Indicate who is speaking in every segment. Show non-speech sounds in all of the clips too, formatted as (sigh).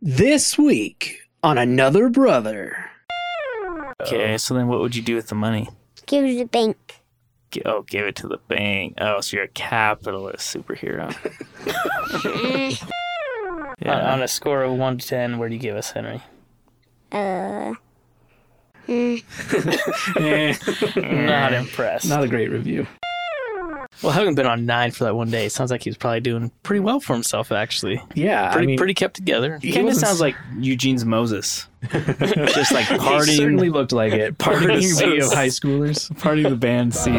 Speaker 1: This week on Another Brother.
Speaker 2: Okay, so then what would you do with the money?
Speaker 3: Give it to the bank.
Speaker 2: G- Oh, give it to the bank. Oh, so you're a capitalist (laughs) superhero. yeah. on, on a score of 1 to 10, where do you give us, Henry?
Speaker 3: Uh,
Speaker 2: Mm. Not impressed.
Speaker 4: Not a great review.
Speaker 2: well, having been on 9 for that one day, it sounds like he was probably doing pretty well for himself, actually.
Speaker 4: Yeah,
Speaker 2: Pretty,
Speaker 4: I mean,
Speaker 2: pretty kept together.
Speaker 4: He
Speaker 2: Kind of
Speaker 4: wasn't-
Speaker 2: sounds like Eugene's Moses. (laughs) Just
Speaker 4: (laughs)
Speaker 2: like
Speaker 4: He
Speaker 2: partying.
Speaker 4: certainly looked like it.
Speaker 2: Parting
Speaker 4: Parting
Speaker 2: is-
Speaker 4: sea of (laughs) high schoolers.
Speaker 5: Party of the band C.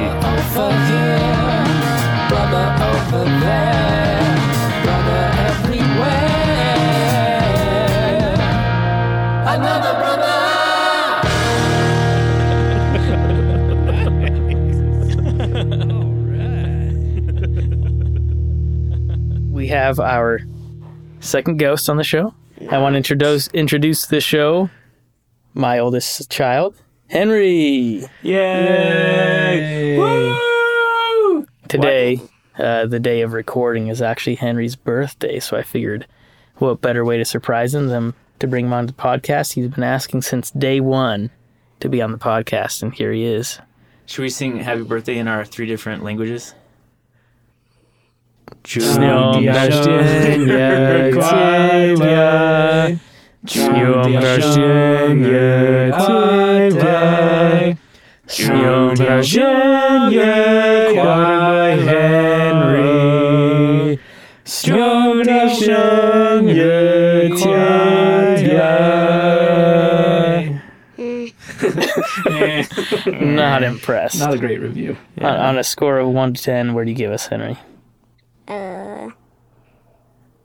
Speaker 2: we have our second ghost on the show. I want to introduce introduce the show. My oldest child, Henry.
Speaker 5: Yay!
Speaker 2: Today, uh, the day of recording is actually Henry's birthday, so I figured, what better way to surprise him than to bring him on the podcast? He's been asking since day one to be on the podcast, and here he is.
Speaker 6: Should we sing happy birthday in our three different languages?
Speaker 2: Snow
Speaker 5: Snow- Twilight. Twilight. Henry.
Speaker 2: Not impressed.
Speaker 4: Not a great review.
Speaker 2: On, on a score of one to ten, where do you give us, Henry?
Speaker 3: uh,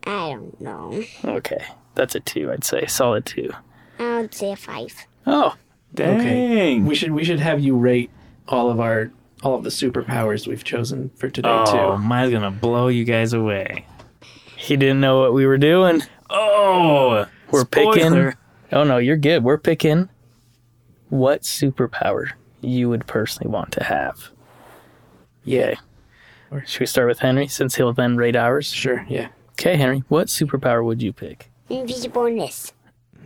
Speaker 3: I don't know.
Speaker 2: Okay, that's a two, I'd say, solid two.
Speaker 3: I would say a five.
Speaker 2: Oh,
Speaker 5: Dang.
Speaker 4: We should we should have you rate all of our all of the superpowers we've chosen for today
Speaker 6: Oh,
Speaker 4: too.
Speaker 6: mine's gonna blow you guys away.
Speaker 2: he didn't know what we were doing.
Speaker 6: Oh,
Speaker 2: We're
Speaker 6: spoiler.
Speaker 2: picking. Oh no, you're good. We're picking what superpower you would personally want to have. Yay. Should we start with Henry since he'll then rate ours?
Speaker 4: Sure, yeah.
Speaker 2: Okay, Henry, what superpower would you pick?
Speaker 3: Invisibleness.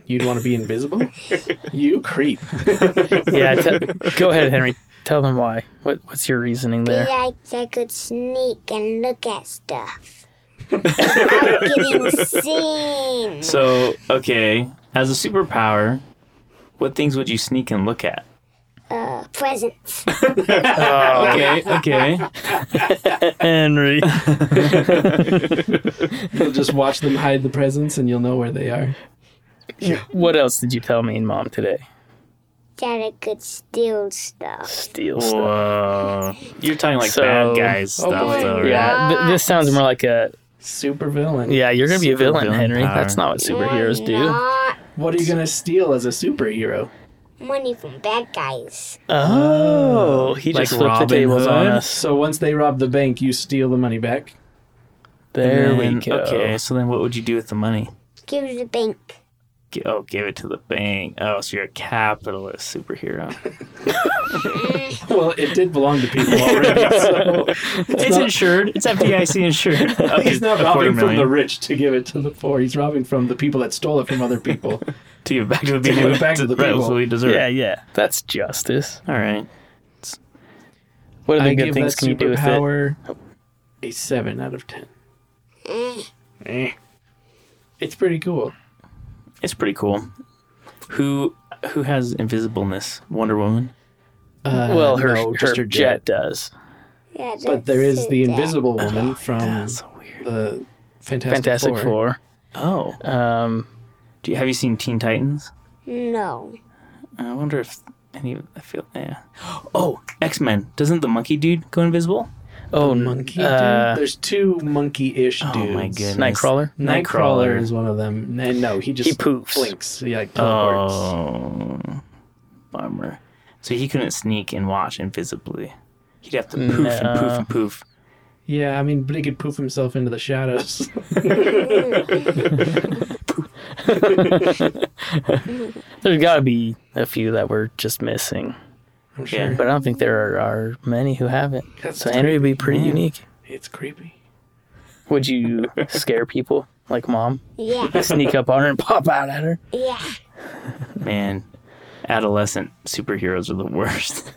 Speaker 4: You'd want to be invisible? you creep.
Speaker 2: Yeah,
Speaker 6: (laughs)
Speaker 2: te- go ahead, Henry. Tell them why. What, what's your reasoning
Speaker 3: Be
Speaker 2: there?
Speaker 3: like I could sneak and look at stuff. I'm
Speaker 4: (laughs)
Speaker 3: getting seen.
Speaker 6: So, okay, as a superpower, what things would you sneak and look at?
Speaker 3: Uh, presents.
Speaker 6: Okay, okay.
Speaker 2: Henry.
Speaker 4: You'll just watch them hide the presents and you'll know where they are.
Speaker 2: (laughs) what else did you tell me and mom today?
Speaker 3: That I could steal stuff.
Speaker 2: Steal stuff.
Speaker 6: (laughs) Whoa, you're talking like
Speaker 2: So-
Speaker 6: bad guys
Speaker 4: Oh,
Speaker 6: stuff,
Speaker 4: boy.
Speaker 6: though, right?
Speaker 2: Yeah, th- this sounds more like a
Speaker 4: Supervillain.
Speaker 2: yeah. You're gonna be a villain,
Speaker 6: Supervillain
Speaker 2: Henry.
Speaker 6: power.
Speaker 2: That's not what superheroes do.
Speaker 3: Not
Speaker 4: What are you gonna steal as a superhero?
Speaker 3: money from bad guys.
Speaker 2: Oh, he
Speaker 6: Like
Speaker 2: just flipped
Speaker 6: Robin
Speaker 2: the tables on
Speaker 6: Hood?
Speaker 2: us.
Speaker 4: So once they rob the bank, you steal the money back.
Speaker 2: There we
Speaker 6: Then-
Speaker 2: go.
Speaker 6: Okay, so then what would you do with the money?
Speaker 3: Give it to the bank.
Speaker 6: G- Oh, give it to the bank. Oh, so you're a capitalist superhero.
Speaker 4: Well, it did belong to people already, so
Speaker 6: it's insured. It's FDIC insured.
Speaker 4: (laughs) he's not robbing from the rich to give it to the poor. He's robbing from the people that stole it from other
Speaker 2: (laughs)
Speaker 4: people.
Speaker 6: to give back to the people.
Speaker 4: give it back to the people.
Speaker 6: rightfully deserve.
Speaker 2: Yeah, yeah. That's justice.
Speaker 6: All right.
Speaker 2: What other
Speaker 4: I
Speaker 2: good
Speaker 4: give that
Speaker 2: things can you do with it?
Speaker 4: superpower a seven out of ten. Eh. It's pretty cool.
Speaker 6: It's pretty cool. Who who has invisibleness? Wonder Woman.
Speaker 4: Uh,
Speaker 2: Well, her,
Speaker 4: no,
Speaker 2: her,
Speaker 4: just
Speaker 2: jet. does.
Speaker 3: Yeah,
Speaker 4: But there is
Speaker 3: that's
Speaker 4: the
Speaker 3: it.
Speaker 4: Invisible Woman from
Speaker 6: weird.
Speaker 4: the Fantastic,
Speaker 2: Fantastic
Speaker 4: Four.
Speaker 2: Four.
Speaker 6: Oh,
Speaker 2: Um,
Speaker 6: do you have you seen Teen Titans?
Speaker 3: No.
Speaker 6: I wonder if any. I feel yeah. Oh, X Men. Doesn't the monkey dude go invisible?
Speaker 2: oh,
Speaker 4: Monkey
Speaker 2: uh,
Speaker 4: dude. There's two monkey-ish dudes.
Speaker 6: Oh my goodness.
Speaker 2: Nightcrawler.
Speaker 4: Nightcrawler
Speaker 6: Nightcrawler.
Speaker 4: is one of them, and no, he just
Speaker 2: poofs.
Speaker 4: blinks. He like teleports.
Speaker 6: Oh, bummer. So he couldn't sneak and watch invisibly. He'd have to poof and poof and poof.
Speaker 4: Yeah, I mean, but he could poof himself into the shadows. (laughs)
Speaker 2: There's got to be a few that we're just missing,
Speaker 4: I'm
Speaker 6: Yeah.
Speaker 4: sure
Speaker 2: but I don't think there are, are many who haven't.
Speaker 4: That's
Speaker 2: so Henry would be pretty
Speaker 6: Yeah.
Speaker 2: unique.
Speaker 4: it's creepy.
Speaker 2: (laughs) Would you scare people? like mom,
Speaker 3: Yeah,
Speaker 2: sneak up on her and pop out at her.
Speaker 3: yeah.
Speaker 6: Man, adolescent superheroes are the worst.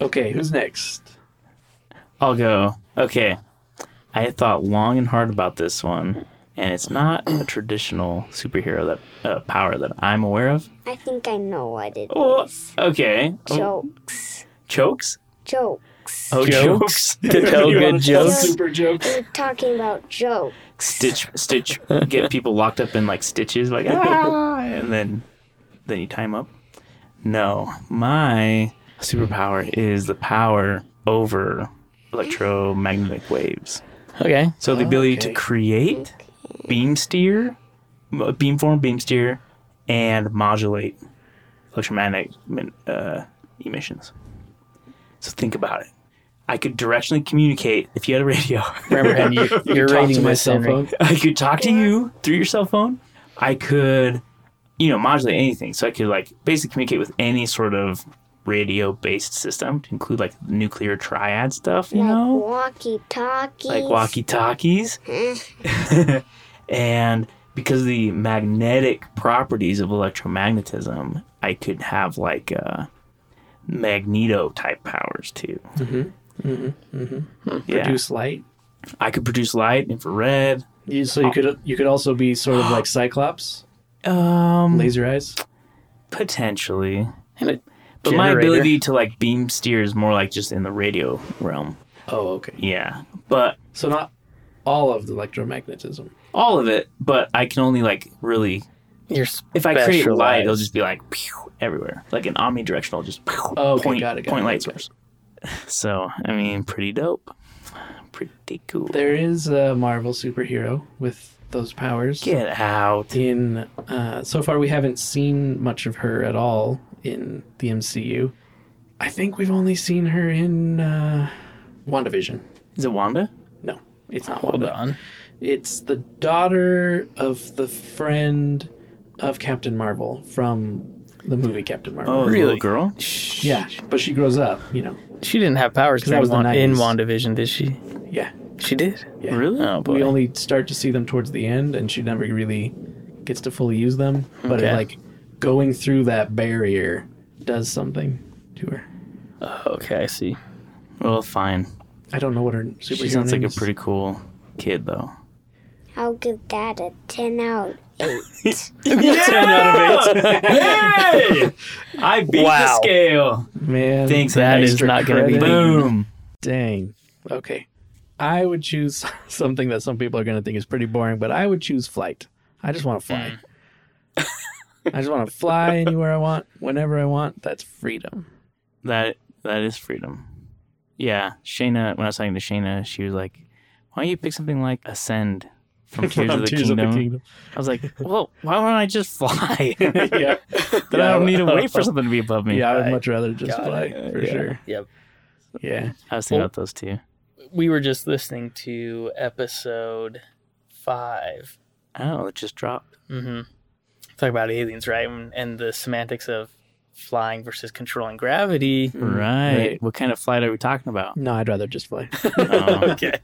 Speaker 4: Okay, who's next?
Speaker 6: I'll go. Okay. I thought long and hard about this one, and it's not a traditional superhero that uh, power that I'm aware of.
Speaker 3: I think I know what it is.
Speaker 6: Oh, okay. Oh,
Speaker 3: Jokes.
Speaker 6: chokes?
Speaker 3: Jokes.
Speaker 6: Oh,
Speaker 2: Jokes?
Speaker 6: jokes.
Speaker 2: To tell
Speaker 4: You wanna
Speaker 2: good
Speaker 4: tell
Speaker 2: jokes.
Speaker 4: Super joke.
Speaker 3: We're talking about jokes.
Speaker 6: Stitch, stitch, get people locked up in like stitches, like ah, and then, then you tie 'em up. No, my superpower is the power over electromagnetic waves.
Speaker 2: Okay.
Speaker 6: So the ability to
Speaker 4: Okay.
Speaker 6: create, beam steer, m- beam form, beam steer, and modulate electromagnetic min- uh, emissions. So think about it. I could directionally communicate if you had a radio.
Speaker 2: Remember,
Speaker 4: (laughs)
Speaker 2: Henry, you, you're
Speaker 4: Talk to
Speaker 2: rating
Speaker 4: my
Speaker 2: this,
Speaker 4: cell
Speaker 2: Henry.
Speaker 4: phone.
Speaker 6: (laughs) I could talk to you through your cell phone. I could, you know, modulate anything. So I could like basically communicate with any sort of radio-based system, to include like nuclear triad stuff. You
Speaker 3: Like
Speaker 6: know,
Speaker 3: walkie talkies.
Speaker 6: like walkie (laughs) talkies. and because of the magnetic properties of electromagnetism, I could have like uh, magneto type powers too. Mm-hmm. Mm-hmm. Mm-hmm. Yeah.
Speaker 4: Produce light.
Speaker 6: I could produce light, infrared.
Speaker 4: You- So you could you could also be sort of
Speaker 2: (gasps)
Speaker 4: like Cyclops,
Speaker 6: Um,
Speaker 4: laser eyes.
Speaker 6: potentially.
Speaker 2: And a
Speaker 6: But my
Speaker 2: generator.
Speaker 6: ability to like beam steer is more like just in the radio realm.
Speaker 4: Oh, okay.
Speaker 6: Yeah. But
Speaker 4: So not all of the electromagnetism.
Speaker 6: all of it, but I can only like really
Speaker 2: You're
Speaker 6: if I create light,
Speaker 2: specialized.
Speaker 6: it'll just be like pew, everywhere, like an omnidirectional, just pew,
Speaker 4: Oh, okay,
Speaker 6: point,
Speaker 4: got it, got
Speaker 6: point
Speaker 4: it,
Speaker 6: light
Speaker 4: got
Speaker 6: source. So I mean, pretty dope, pretty cool.
Speaker 4: There is a Marvel superhero with those powers.
Speaker 6: Get out.
Speaker 4: In uh, so far, we haven't seen much of her at all in the MCU. I think we've only seen her in uh, WandaVision.
Speaker 6: Is it Wanda?
Speaker 4: No, it's not
Speaker 2: Hold
Speaker 4: Wanda.
Speaker 2: on.
Speaker 4: It's the daughter of the friend of Captain Marvel from the movie Captain Marvel.
Speaker 6: Oh, the
Speaker 2: Really?
Speaker 6: little girl.
Speaker 4: Yeah, but she grows up, you know.
Speaker 2: She didn't have powers
Speaker 4: 'Cause that
Speaker 2: in
Speaker 4: was the
Speaker 2: Wan- in
Speaker 4: 90s.
Speaker 2: WandaVision, did she?
Speaker 4: Yeah,
Speaker 2: She did.
Speaker 4: yeah.
Speaker 6: Really? Oh boy.
Speaker 4: We only start to see them towards the end, and she never really gets to fully use them. But
Speaker 2: Okay.
Speaker 4: like going through that barrier does something to her.
Speaker 2: Okay, I see.
Speaker 6: well, fine.
Speaker 4: I don't know what her superhero
Speaker 6: She sounds like
Speaker 4: name
Speaker 6: a
Speaker 4: is.
Speaker 6: pretty cool kid, though.
Speaker 3: I'll give that a 10 out of 8.
Speaker 6: Ten out of eight. Yay! I beat
Speaker 2: Wow.
Speaker 6: the scale.
Speaker 4: man.
Speaker 6: Thanks,
Speaker 2: That
Speaker 6: Alex.
Speaker 2: is not going to be.
Speaker 4: credit.
Speaker 6: Boom.
Speaker 4: Dang. Okay. I would choose (laughs) something that some people are going to think is pretty boring, but I would choose flight. I just want to fly. (laughs) I just want to fly anywhere I want, whenever I want. That's freedom.
Speaker 6: That that is freedom. Yeah, Shayna. When I was talking to Shayna, she was like, "Why don't you pick something like Ascend (laughs) from Tears, of, the
Speaker 4: (laughs) Tears
Speaker 6: Kingdom?
Speaker 4: kingdom.
Speaker 6: I was like, "Well, why don't I just fly? (laughs) then
Speaker 4: (laughs) yeah.
Speaker 6: I don't need to wait for something to be above me."
Speaker 4: Yeah, I would
Speaker 2: Right.
Speaker 4: much rather just
Speaker 2: Got
Speaker 4: fly
Speaker 2: it.
Speaker 4: for
Speaker 6: Yeah.
Speaker 4: sure.
Speaker 2: Yep.
Speaker 4: Yeah.
Speaker 6: I was thinking about those two.
Speaker 2: We were just listening to episode five.
Speaker 6: Oh, it just dropped.
Speaker 2: Mm-hmm. Talk about aliens, right? And, and the semantics of flying versus controlling gravity.
Speaker 6: Hmm. right.
Speaker 4: right.
Speaker 6: What kind of flight are we talking (laughs) about?
Speaker 4: No, I'd rather just fly. Uh-huh.
Speaker 2: (laughs)
Speaker 6: Oh,
Speaker 2: okay.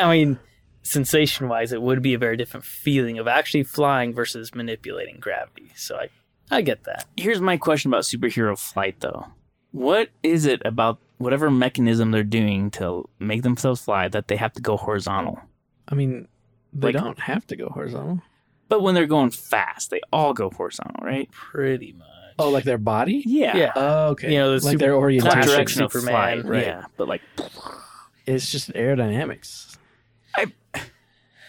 Speaker 2: I mean, sensation wise, it would be a very different feeling of actually flying versus manipulating gravity. So I, I get that.
Speaker 6: here's my question about superhero flight, though. What is it about whatever mechanism they're doing to make themselves fly that they have to go horizontal?
Speaker 4: I mean, they
Speaker 6: Like-
Speaker 4: don't have to go horizontal.
Speaker 6: But when they're going fast, they all go horizontal, right?
Speaker 2: Pretty much.
Speaker 4: Oh, like their body?
Speaker 6: Yeah.
Speaker 2: yeah.
Speaker 4: Oh, okay.
Speaker 2: You know, the
Speaker 4: like
Speaker 2: super-
Speaker 4: their orientation.
Speaker 2: classic
Speaker 6: Classic direction of
Speaker 2: Superman,
Speaker 6: flight,
Speaker 2: right.
Speaker 6: Yeah, but like
Speaker 4: It's just aerodynamics.
Speaker 6: I-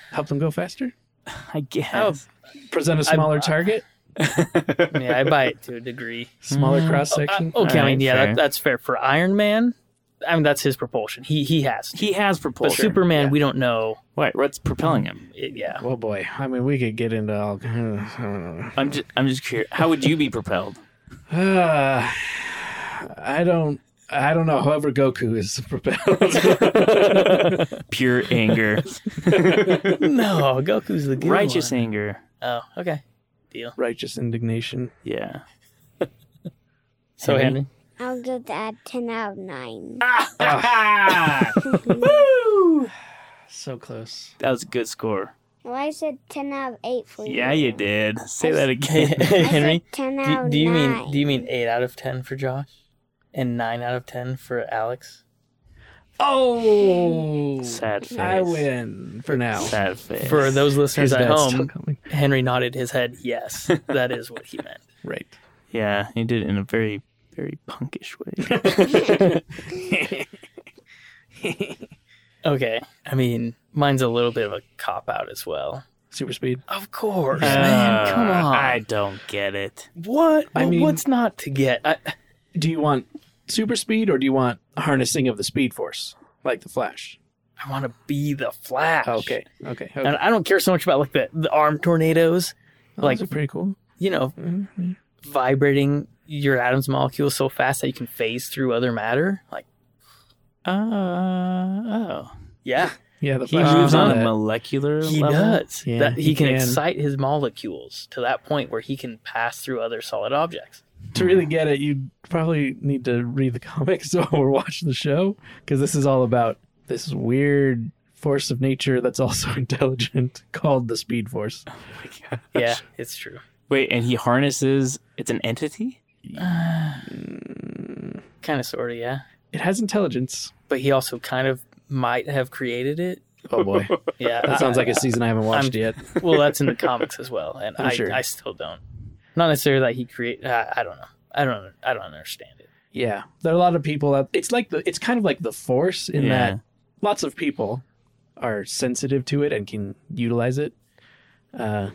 Speaker 4: help them go faster.
Speaker 6: I guess.
Speaker 2: Oh,
Speaker 4: Present a smaller target,
Speaker 2: (laughs) yeah, I buy it to a degree.
Speaker 4: smaller
Speaker 6: Mm.
Speaker 4: cross
Speaker 2: Uh,
Speaker 4: section.
Speaker 2: okay, I
Speaker 6: Alright,
Speaker 2: mean, yeah,
Speaker 6: fair.
Speaker 2: that, that's fair for Iron Man. I mean, that's his propulsion. He he has, to.
Speaker 6: he has
Speaker 2: but
Speaker 6: propulsion.
Speaker 2: Superman, we don't know.
Speaker 6: Wait, what's propelling him?
Speaker 2: It, yeah,
Speaker 4: Oh boy, I mean, we could get into all. kinds
Speaker 6: I'm just, I'm just curious. How would you be propelled?
Speaker 4: of- Ah, (sighs) I don't. I don't know. However, Goku is (laughs) propelled.
Speaker 6: Pure
Speaker 2: (laughs)
Speaker 6: anger,
Speaker 2: (laughs) no, Goku's the good
Speaker 6: righteous
Speaker 2: one.
Speaker 6: anger.
Speaker 2: Oh, okay.
Speaker 4: Righteous indignation.
Speaker 6: Yeah.
Speaker 2: So
Speaker 6: Henry?
Speaker 2: Henry,
Speaker 3: I'll give that 10 out of 9.
Speaker 6: Ah!
Speaker 4: So close.
Speaker 6: That was a good score.
Speaker 3: Well, I said 10 out of 8 for you.
Speaker 6: Yeah, you did. Say
Speaker 2: (laughs)
Speaker 6: that again.
Speaker 2: Henry,
Speaker 3: I said 10 out
Speaker 2: do,
Speaker 3: of
Speaker 2: do you
Speaker 3: 9.
Speaker 2: mean do you mean eight out of ten for Josh, and nine out of ten for Alex?
Speaker 4: Oh,
Speaker 6: Sad face.
Speaker 4: I win for now.
Speaker 6: Sad face.
Speaker 2: For those listeners at
Speaker 4: dad's still
Speaker 2: home,
Speaker 4: coming.
Speaker 2: Henry nodded his head. Yes, (laughs) that is what he meant.
Speaker 4: Right.
Speaker 6: Yeah, he did it in a very, very punkish (laughs)
Speaker 2: (laughs)
Speaker 6: way.
Speaker 2: Okay, I mean mine's a little bit of a cop out as well.
Speaker 4: Super speed.
Speaker 2: Of course, man. Come
Speaker 6: Uh,
Speaker 2: on.
Speaker 6: I don't get it.
Speaker 2: what?
Speaker 4: I
Speaker 2: Well,
Speaker 4: mean-
Speaker 2: what's not to get? I,
Speaker 4: Do you want super speed or do you want harnessing of the speed force like the Flash?
Speaker 2: I want to be the Flash.
Speaker 4: Okay. Okay. okay.
Speaker 2: and I don't care so much about like the, the arm tornadoes, like
Speaker 4: Those are pretty cool. Mm-hmm.
Speaker 2: you know, vibrating your atoms molecule so fast that you can phase through other matter. Like,
Speaker 6: Uh, oh.
Speaker 2: yeah,
Speaker 4: Yeah, the
Speaker 6: He
Speaker 4: Flash
Speaker 6: moves
Speaker 4: moves
Speaker 6: on
Speaker 4: on.
Speaker 6: a
Speaker 4: that.
Speaker 6: molecular
Speaker 2: uh, he
Speaker 6: level.
Speaker 2: does.
Speaker 4: Yeah,
Speaker 2: that, he,
Speaker 4: he
Speaker 2: can,
Speaker 4: can.
Speaker 2: excite his molecules to that point where he can pass through other solid objects.
Speaker 4: To really get it, you probably need to read the (laughs) comics or watch the show because this is all about this weird force of nature that's also (laughs) intelligent called the Speed Force.
Speaker 2: Yeah, it's true.
Speaker 6: Wait, and he harnesses. It's an entity.
Speaker 2: Kind of, sort of, yeah.
Speaker 4: It has intelligence.
Speaker 2: But he also kind of might have created it.
Speaker 4: Oh boy,
Speaker 2: Yeah,
Speaker 4: (laughs) that sounds like a season I haven't watched
Speaker 2: I'm-
Speaker 4: yet.
Speaker 2: (laughs) well, that's in the comics as well, and
Speaker 4: I'm
Speaker 2: I,
Speaker 4: sure.
Speaker 2: I still don't. Not necessarily that he create. I, I don't know. I don't. I don't understand it.
Speaker 4: Yeah, there are a lot of people that it's like the it's kind of like the force in
Speaker 6: Yeah.
Speaker 4: that lots of people are sensitive to it and can utilize it, uh,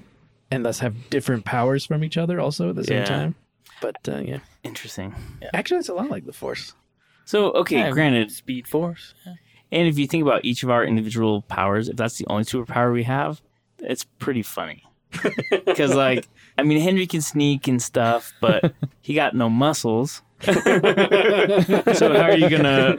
Speaker 4: and thus have different powers from each other also at the same
Speaker 6: Yeah.
Speaker 4: time. But uh, yeah,
Speaker 6: Interesting.
Speaker 4: actually, it's a lot like the force.
Speaker 6: So okay,
Speaker 2: Yeah.
Speaker 6: granted,
Speaker 2: Speed Force.
Speaker 6: and if you think about each of our individual powers, if that's the only superpower we have, it's
Speaker 2: (laughs)
Speaker 6: pretty funny. Because like, I mean, Henry can sneak and stuff, but (laughs) he got no muscles. (laughs) so how are you gonna?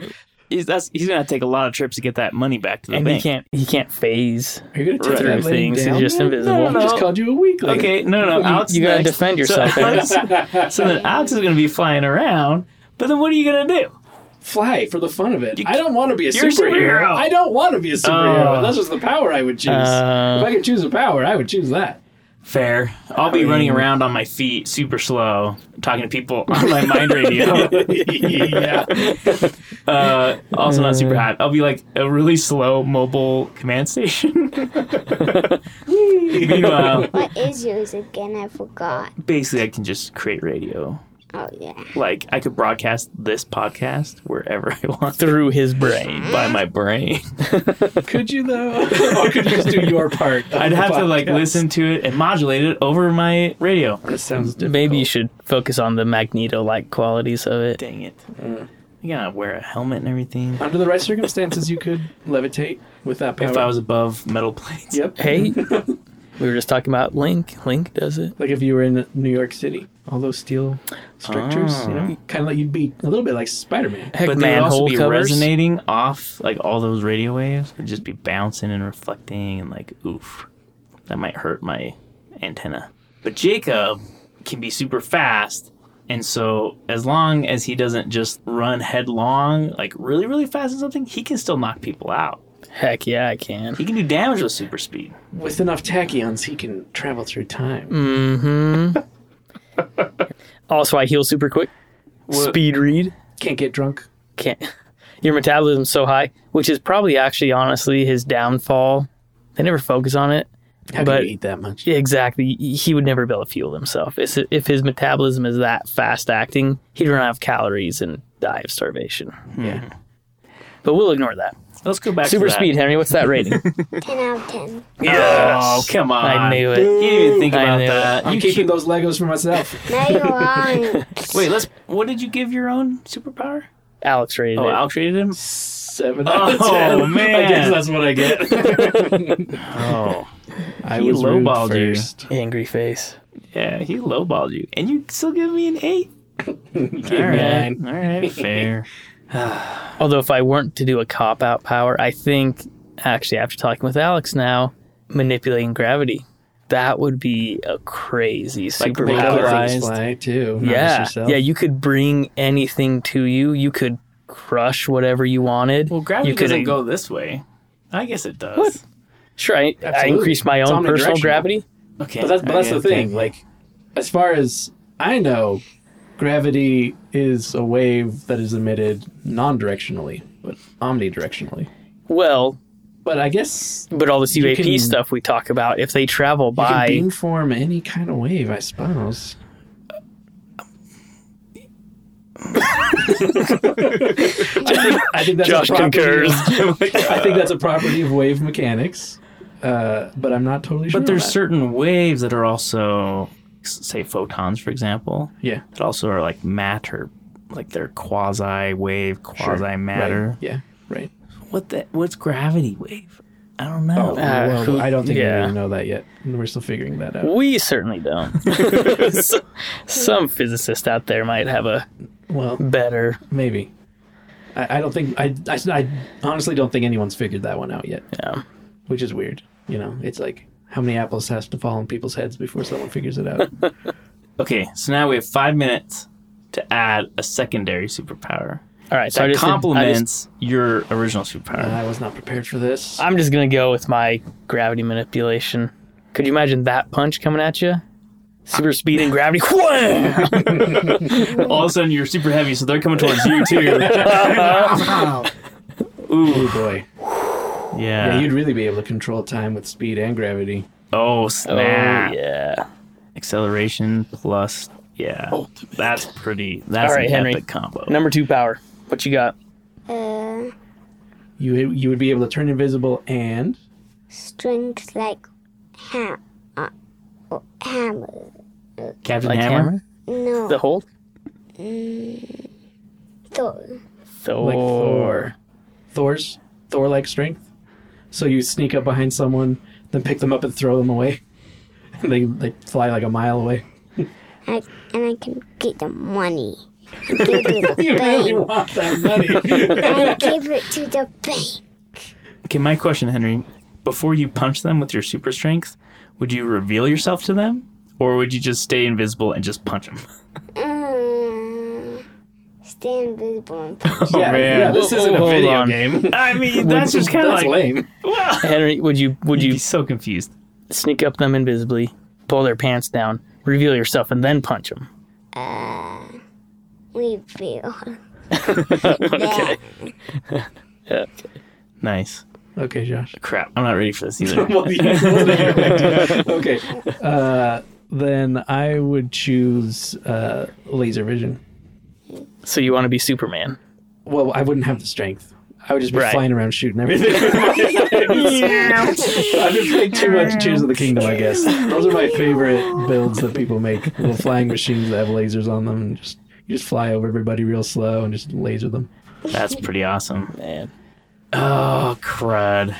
Speaker 6: He's, that's, he's gonna take a lot of trips to get that money back to the
Speaker 2: and
Speaker 6: bank.
Speaker 2: he can't he can't phase
Speaker 4: Are you gonna
Speaker 6: Right.
Speaker 4: take
Speaker 2: through
Speaker 4: that lady
Speaker 2: things. He's
Speaker 4: down?
Speaker 2: just invisible.
Speaker 6: No, no,
Speaker 4: I just
Speaker 6: no.
Speaker 4: called you a weakling. (laughs)
Speaker 6: Okay, no, no, Alex.
Speaker 2: you gotta
Speaker 6: next.
Speaker 2: defend
Speaker 6: So
Speaker 2: yourself,
Speaker 6: Alex- so then Alex is gonna be flying around, but then what are you gonna do?
Speaker 4: Fly for the fun of it.
Speaker 6: You-
Speaker 4: I don't want to be a
Speaker 6: you're a
Speaker 4: superhero.
Speaker 6: superhero.
Speaker 4: I don't want to be a superhero.
Speaker 6: Oh.
Speaker 4: That was the power I would choose.
Speaker 2: Uh.
Speaker 4: if I could choose a power, I would choose that.
Speaker 6: Fair. I'll be running around on my feet, super slow, talking to people on my mind (laughs) radio.
Speaker 4: yeah.
Speaker 6: Uh, also not super hot. I'll be like a really slow mobile command station. (laughs) Meanwhile,
Speaker 3: What is yours again? I forgot.
Speaker 6: basically, I can just create radio.
Speaker 3: Oh, yeah.
Speaker 6: Like I could broadcast this podcast wherever I want
Speaker 2: through his brain.
Speaker 6: by my brain.
Speaker 4: Could you though? (laughs) or could you just do your part? of
Speaker 6: (laughs) I'd
Speaker 4: the
Speaker 6: have to like
Speaker 4: podcast?
Speaker 6: listen to it and modulate it over my radio.
Speaker 4: That sounds difficult.
Speaker 2: Maybe you should focus on the magneto like qualities of it.
Speaker 6: Dang it! You gotta wear a helmet and everything.
Speaker 4: under the right circumstances, you could levitate with that power.
Speaker 6: If I was above metal plates,
Speaker 4: yep.
Speaker 6: (laughs)
Speaker 2: Hey, we were just talking about Link. Link does it.
Speaker 4: Like if you were in New York City, all those steel structures, you
Speaker 6: Ah.
Speaker 4: know, kind of like you'd be a little bit like Spider-Man.
Speaker 2: Heck,
Speaker 6: but they would also
Speaker 2: manhole
Speaker 6: be
Speaker 2: covers.
Speaker 6: resonating off like all those radio waves would just be bouncing and reflecting and like oof that might hurt my antenna but jacob can be super fast and so as long as he doesn't just run headlong like really really fast or something he can still knock people out
Speaker 2: Heck yeah, I can.
Speaker 6: he can do damage with super speed
Speaker 4: With enough tachyons, he can travel through time.
Speaker 2: Also, I heal super quick.
Speaker 6: What-
Speaker 2: Speed read.
Speaker 4: Can't get drunk.
Speaker 2: Can't. (laughs) Your metabolism's so high, which is probably actually honestly his downfall. They never focus on it.
Speaker 4: How
Speaker 2: But-
Speaker 4: can you eat that much?
Speaker 2: Yeah, exactly. He would never be able to fuel himself. It's- If his metabolism is that fast acting, he'd run out of calories and die of starvation.
Speaker 4: Yeah.
Speaker 2: But we'll ignore that.
Speaker 6: let's go back to
Speaker 2: Hmm. Super
Speaker 6: that.
Speaker 2: speed, Henry. What's that
Speaker 6: (laughs)
Speaker 2: rating?
Speaker 3: 10 out of 10.
Speaker 6: oh come on
Speaker 2: I knew it.
Speaker 6: you didn't even think
Speaker 2: I
Speaker 6: about
Speaker 2: knew it.
Speaker 6: that
Speaker 4: I'm
Speaker 6: You
Speaker 4: keeping
Speaker 6: keep-
Speaker 4: those Legos for myself.
Speaker 3: No, you
Speaker 2: (laughs)
Speaker 3: aren't.
Speaker 6: wait let's what did you give your own superpower
Speaker 2: Alex rated
Speaker 6: oh
Speaker 2: it.
Speaker 6: al traded him
Speaker 4: Seven out of
Speaker 6: Oh,
Speaker 4: ten. (laughs) I
Speaker 6: man.
Speaker 4: guess that's what I get.
Speaker 6: oh
Speaker 4: I
Speaker 6: He
Speaker 4: rude
Speaker 6: lowballed you.
Speaker 4: first.
Speaker 2: Angry face.
Speaker 6: Yeah, he lowballed you, and you still give me an (laughs) eight. all right,
Speaker 4: nine.
Speaker 6: all right, fair.
Speaker 2: Although if I weren't to do a cop out power, I think actually after talking with Alex now, manipulating gravity. That would be a crazy
Speaker 6: Like
Speaker 2: super
Speaker 6: make
Speaker 2: power.
Speaker 6: other
Speaker 4: Other
Speaker 6: Polarized.
Speaker 4: things fly too. not
Speaker 2: Yeah.
Speaker 4: just yourself.
Speaker 2: Yeah, you could bring anything to you. You could crush whatever you wanted.
Speaker 6: (laughs) Well, gravity
Speaker 2: you could
Speaker 6: doesn't go this way. I guess it does.
Speaker 2: What? Sure, I, I
Speaker 4: Absolutely.
Speaker 2: increased my
Speaker 4: It's
Speaker 2: own personal
Speaker 4: omnidirectional.
Speaker 2: gravity.
Speaker 6: Okay.
Speaker 4: But that's but that's
Speaker 6: okay,
Speaker 4: the
Speaker 6: okay.
Speaker 4: thing. Like, as far as I know, gravity is a wave that is emitted non-directionally, but omnidirectionally.
Speaker 2: Well,
Speaker 4: But I guess
Speaker 2: but all this UAP
Speaker 4: can-
Speaker 2: stuff we talk about, if they travel
Speaker 4: you can
Speaker 2: by,
Speaker 4: beam form any kind of wave, I (laughs) suppose. I think, I think that's a
Speaker 2: Josh
Speaker 4: property
Speaker 2: concurs.
Speaker 6: (laughs)
Speaker 4: of- I think that's a property of wave mechanics, uh, but I'm not totally sure.
Speaker 6: But
Speaker 4: on
Speaker 6: there's
Speaker 4: that.
Speaker 6: certain waves that are also, s- say, photons, for example,
Speaker 4: yeah,
Speaker 6: that also are like matter, like they're quasi wave,
Speaker 4: sure.
Speaker 6: quasi matter.
Speaker 4: Right. Yeah, right.
Speaker 6: What the? What's gravity wave? I don't know.
Speaker 4: Oh, well,
Speaker 2: who-
Speaker 4: I don't think
Speaker 2: yeah.
Speaker 4: we really know that yet. We're still figuring that out.
Speaker 2: we certainly (laughs) don't. So- some physicist out there might have a
Speaker 4: Well,
Speaker 2: better.
Speaker 4: maybe. I, I don't think I, I. I honestly don't think anyone's figured that one out yet,
Speaker 2: Yeah.
Speaker 4: which is weird. You know, it's like how many apples has to fall on people's heads before someone figures it (laughs) out.
Speaker 6: Okay, so now we have five minutes to add a secondary superpower
Speaker 2: All right, so I just did- I
Speaker 6: that
Speaker 2: just-
Speaker 6: complements your original
Speaker 4: And
Speaker 2: (laughs)
Speaker 6: superpower. (laughs)
Speaker 4: I was not prepared for this.
Speaker 2: I'm just gonna go with my gravity manipulation. Could you imagine that punch coming at you? Super speed and gravity. (laughs) Wham!
Speaker 6: All of a sudden, you're super heavy, so they're coming towards you
Speaker 2: (laughs)
Speaker 6: too.
Speaker 4: Oh boy! Yeah,
Speaker 6: yeah.
Speaker 4: you'd really be able to control time with speed and gravity.
Speaker 6: oh
Speaker 4: Ah.
Speaker 2: Oh,
Speaker 6: snap!
Speaker 2: yeah.
Speaker 6: Acceleration plus. Yeah. That's pretty. That's
Speaker 2: All right,
Speaker 6: an
Speaker 2: Henry.
Speaker 6: epic combo.
Speaker 2: Number two power. What you got?
Speaker 3: Uh,
Speaker 4: You you would be able to turn invisible and
Speaker 3: strength like ham, uh, or hammer.
Speaker 6: Captain
Speaker 2: Like
Speaker 6: Hammer.
Speaker 2: hammer?
Speaker 3: No,
Speaker 2: The Hulk?
Speaker 3: Thor.
Speaker 2: Thor.
Speaker 4: like Thor. Thor's Thor like strength. So you sneak up behind someone, then pick them up and throw them away. (laughs) And they they fly like a mile (laughs) away.
Speaker 3: I, and I can get the money.
Speaker 2: (laughs)
Speaker 3: Give it to the bank.
Speaker 4: want that money.
Speaker 3: I give it to the bank.
Speaker 6: Okay, my question, Henry. Before you punch them with your super strength, would you reveal yourself to them, or would you just stay invisible and just punch them?
Speaker 3: Uh, stay invisible and punch.
Speaker 4: yeah,
Speaker 6: man.
Speaker 4: yeah, this
Speaker 2: Whoa,
Speaker 4: isn't a
Speaker 2: hold
Speaker 4: video
Speaker 2: on.
Speaker 4: game.
Speaker 6: (laughs) I mean, that's just kind of
Speaker 4: Oh, That's
Speaker 6: like
Speaker 4: lame.
Speaker 2: Henry, would you would
Speaker 6: you'd
Speaker 2: you
Speaker 6: be so confused.
Speaker 2: sneak up them invisibly, pull their pants down, reveal yourself, and then punch them?
Speaker 3: We feel.
Speaker 6: Nice.
Speaker 4: Okay, (laughs) Josh.
Speaker 6: Crap, I'm not ready for
Speaker 2: (laughs)
Speaker 6: this either.
Speaker 4: (laughs) okay. (laughs) Uh, then I would choose uh, laser vision.
Speaker 2: So you want to be Superman?
Speaker 4: Well, I wouldn't have the strength. I would just be
Speaker 2: Right.
Speaker 4: flying around shooting everything. (laughs) I just played too much Tears of the Kingdom, I guess. Those are my favorite builds that people make. Little flying machines that have lasers on them, and just you just fly over everybody real slow and just laser them.
Speaker 6: that's pretty awesome.
Speaker 2: Man,
Speaker 6: Oh crud.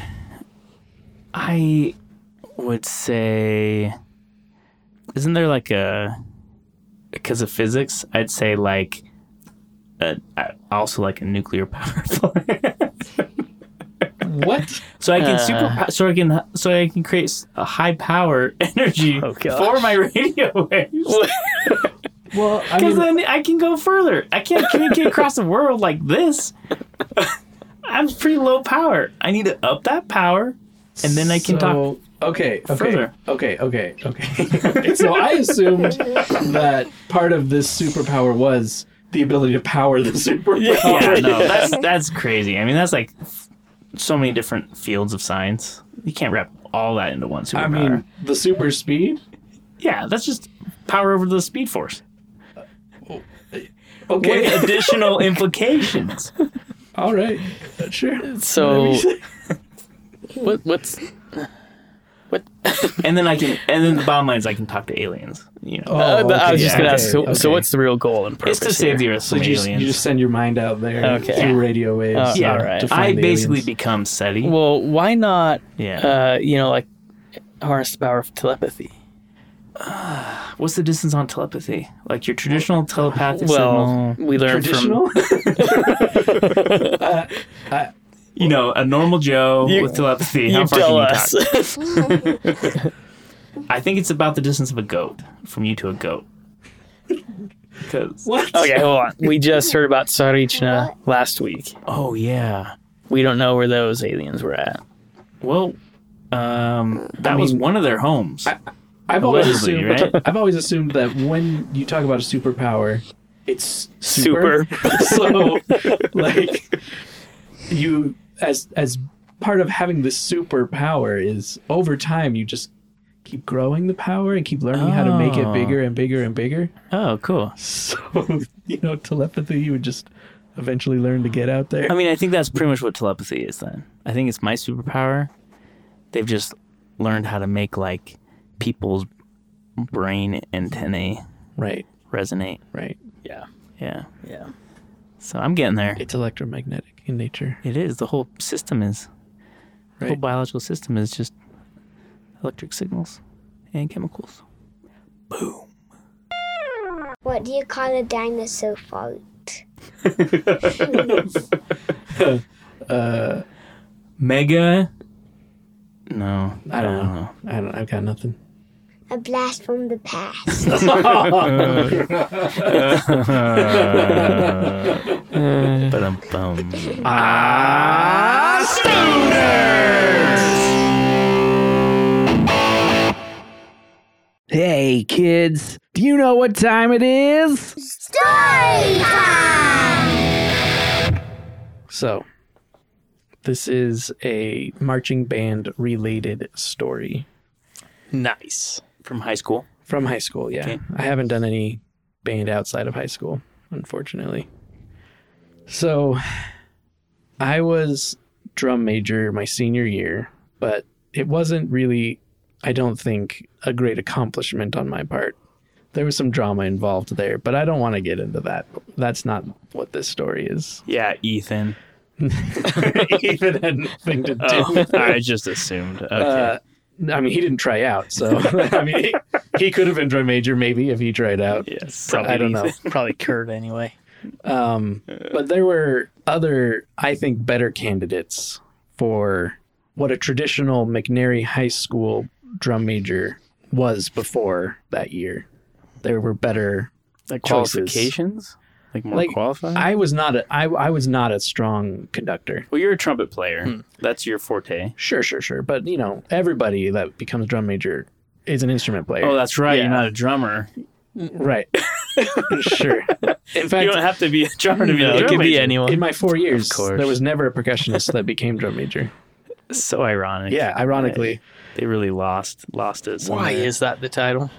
Speaker 6: I would say, isn't there like a because of physics? I'd say like. A, I- also like a nuclear (laughs) power plant.
Speaker 4: What?
Speaker 6: So I can
Speaker 2: Uh.
Speaker 6: super. So I can. So I can create s- a high power (laughs) energy
Speaker 2: Oh, gosh.
Speaker 6: for my radio waves.
Speaker 4: Well, (laughs) I
Speaker 6: Because
Speaker 4: mean,
Speaker 6: then I can go further. I can't communicate across the world like this. I'm pretty low power. I need to up that power, and then I can talk.
Speaker 4: so- Okay. Okay.
Speaker 6: further.
Speaker 4: Okay. Okay. Okay. (laughs) so I assumed that part of this superpower was the ability to power
Speaker 2: (laughs)
Speaker 4: the superpower.
Speaker 6: Yeah, no, that's that's crazy. I mean, that's like so many different fields of science. You can't wrap all that into one superpower.
Speaker 4: (laughs) I mean, the super speed.
Speaker 6: yeah, that's just power over the speed force.
Speaker 4: Okay. (laughs)
Speaker 6: With additional implications.
Speaker 4: All right. Sure.
Speaker 2: so what? What's
Speaker 6: and then I can, and then the bottom line is I can talk to aliens. You know,
Speaker 2: (laughs)
Speaker 4: Oh,
Speaker 2: uh, (laughs) I was just
Speaker 6: yeah,
Speaker 2: gonna
Speaker 6: okay,
Speaker 2: ask. So, so what's the real goal and purpose?
Speaker 6: it's to save
Speaker 2: here?
Speaker 6: the Earth
Speaker 4: So
Speaker 6: from
Speaker 4: you just,
Speaker 6: aliens.
Speaker 4: you just send your mind out there
Speaker 2: Okay.
Speaker 4: through radio waves.
Speaker 2: Uh,
Speaker 6: yeah,
Speaker 4: to-
Speaker 2: alright.
Speaker 4: to find
Speaker 6: I
Speaker 4: the
Speaker 6: basically
Speaker 4: aliens.
Speaker 6: become SETI.
Speaker 2: Well, why not?
Speaker 6: yeah.
Speaker 2: Uh, you know, like harness the power of telepathy.
Speaker 6: What's the distance on telepathy? Like your traditional telepathic
Speaker 2: Well,
Speaker 6: well,
Speaker 2: we learned from
Speaker 4: traditional.
Speaker 6: (laughs) You know, a normal Joe
Speaker 2: Uh, You-
Speaker 6: with telepathy.
Speaker 2: you
Speaker 6: how far
Speaker 2: tell
Speaker 6: can
Speaker 2: us.
Speaker 6: You talk? I think it's about the distance of a goat from you to a
Speaker 2: (laughs)
Speaker 6: goat. Because
Speaker 4: what?
Speaker 2: okay, hold on. We just heard about Sarichna last week.
Speaker 6: oh yeah,
Speaker 2: We don't know where those aliens were at.
Speaker 6: Well, um, that was
Speaker 4: mean-
Speaker 6: one of their homes.
Speaker 4: I've always
Speaker 6: Allegedly,
Speaker 4: assumed
Speaker 6: right?
Speaker 4: (laughs) I've always assumed that when you talk about a superpower, it's super. so (laughs) like you as as part of having this superpower is over time you just keep growing the power and keep learning how to make it
Speaker 6: Oh.
Speaker 4: bigger and bigger and bigger. (laughs)
Speaker 6: oh, cool.
Speaker 4: So you know telepathy you would just eventually learn to get out there.
Speaker 6: I mean, I think that's pretty much what telepathy is. Then I think it's my superpower. They've just learned how to make like people's brain antennae
Speaker 4: Right,
Speaker 6: resonate.
Speaker 4: right.
Speaker 2: Yeah.
Speaker 6: Yeah.
Speaker 2: Yeah.
Speaker 6: So I'm getting there.
Speaker 4: It's electromagnetic in nature.
Speaker 6: It is. The whole system is. The whole
Speaker 4: Right.
Speaker 6: biological system is just electric signals and chemicals. Boom.
Speaker 3: What do you call a dinosaur fruit?
Speaker 6: Mega. No.
Speaker 4: I don't know. I don't I've got nothing.
Speaker 3: A blast from the past.
Speaker 6: But um, bum.
Speaker 1: Hey, kids, do you know what time it is?
Speaker 3: Story time!
Speaker 4: So, this is a marching band related story
Speaker 2: Nice.
Speaker 6: From high school.
Speaker 4: from high school. Yeah,
Speaker 6: Okay.
Speaker 4: I haven't done any band outside of high school, unfortunately. So, I was drum major my senior year, but it wasn't really, I don't think, a great accomplishment on my part. There was some drama involved there, but I don't want to get into that. That's not what this story (laughs) is.
Speaker 6: Yeah, Ethan.
Speaker 4: Even had nothing to do
Speaker 6: Oh, (laughs) I just assumed. Okay.
Speaker 4: Uh, I mean, he didn't try out, so (laughs) I mean, he, he could have been drum major maybe if he tried out.
Speaker 6: yes.
Speaker 4: I don't know.
Speaker 2: Probably Kurt anyway.
Speaker 4: Um, but there were other, I think, better candidates for what a traditional McNairy High School drum major was before that year. There were better
Speaker 6: Like
Speaker 4: choices.
Speaker 6: qualifications? Like more
Speaker 4: Like,
Speaker 6: qualified?
Speaker 4: I was not a I I was not a strong conductor.
Speaker 6: well, you're a trumpet player. That's your forte.
Speaker 4: Sure, sure, sure. But you know, everybody that becomes drum major is an instrument player.
Speaker 6: Oh, that's right.
Speaker 4: Yeah.
Speaker 6: You're not a drummer. (laughs)
Speaker 4: right. sure. In fact,
Speaker 6: you don't have to be a drummer to be a
Speaker 2: No,
Speaker 6: drum
Speaker 2: it could be
Speaker 6: major.
Speaker 2: anyone.
Speaker 4: in my four years,
Speaker 6: course.
Speaker 4: there was never a percussionist that became drum major.
Speaker 6: So ironic.
Speaker 4: Yeah, ironically,
Speaker 6: They really lost lost it. somewhere.
Speaker 2: (laughs) Why is that the title?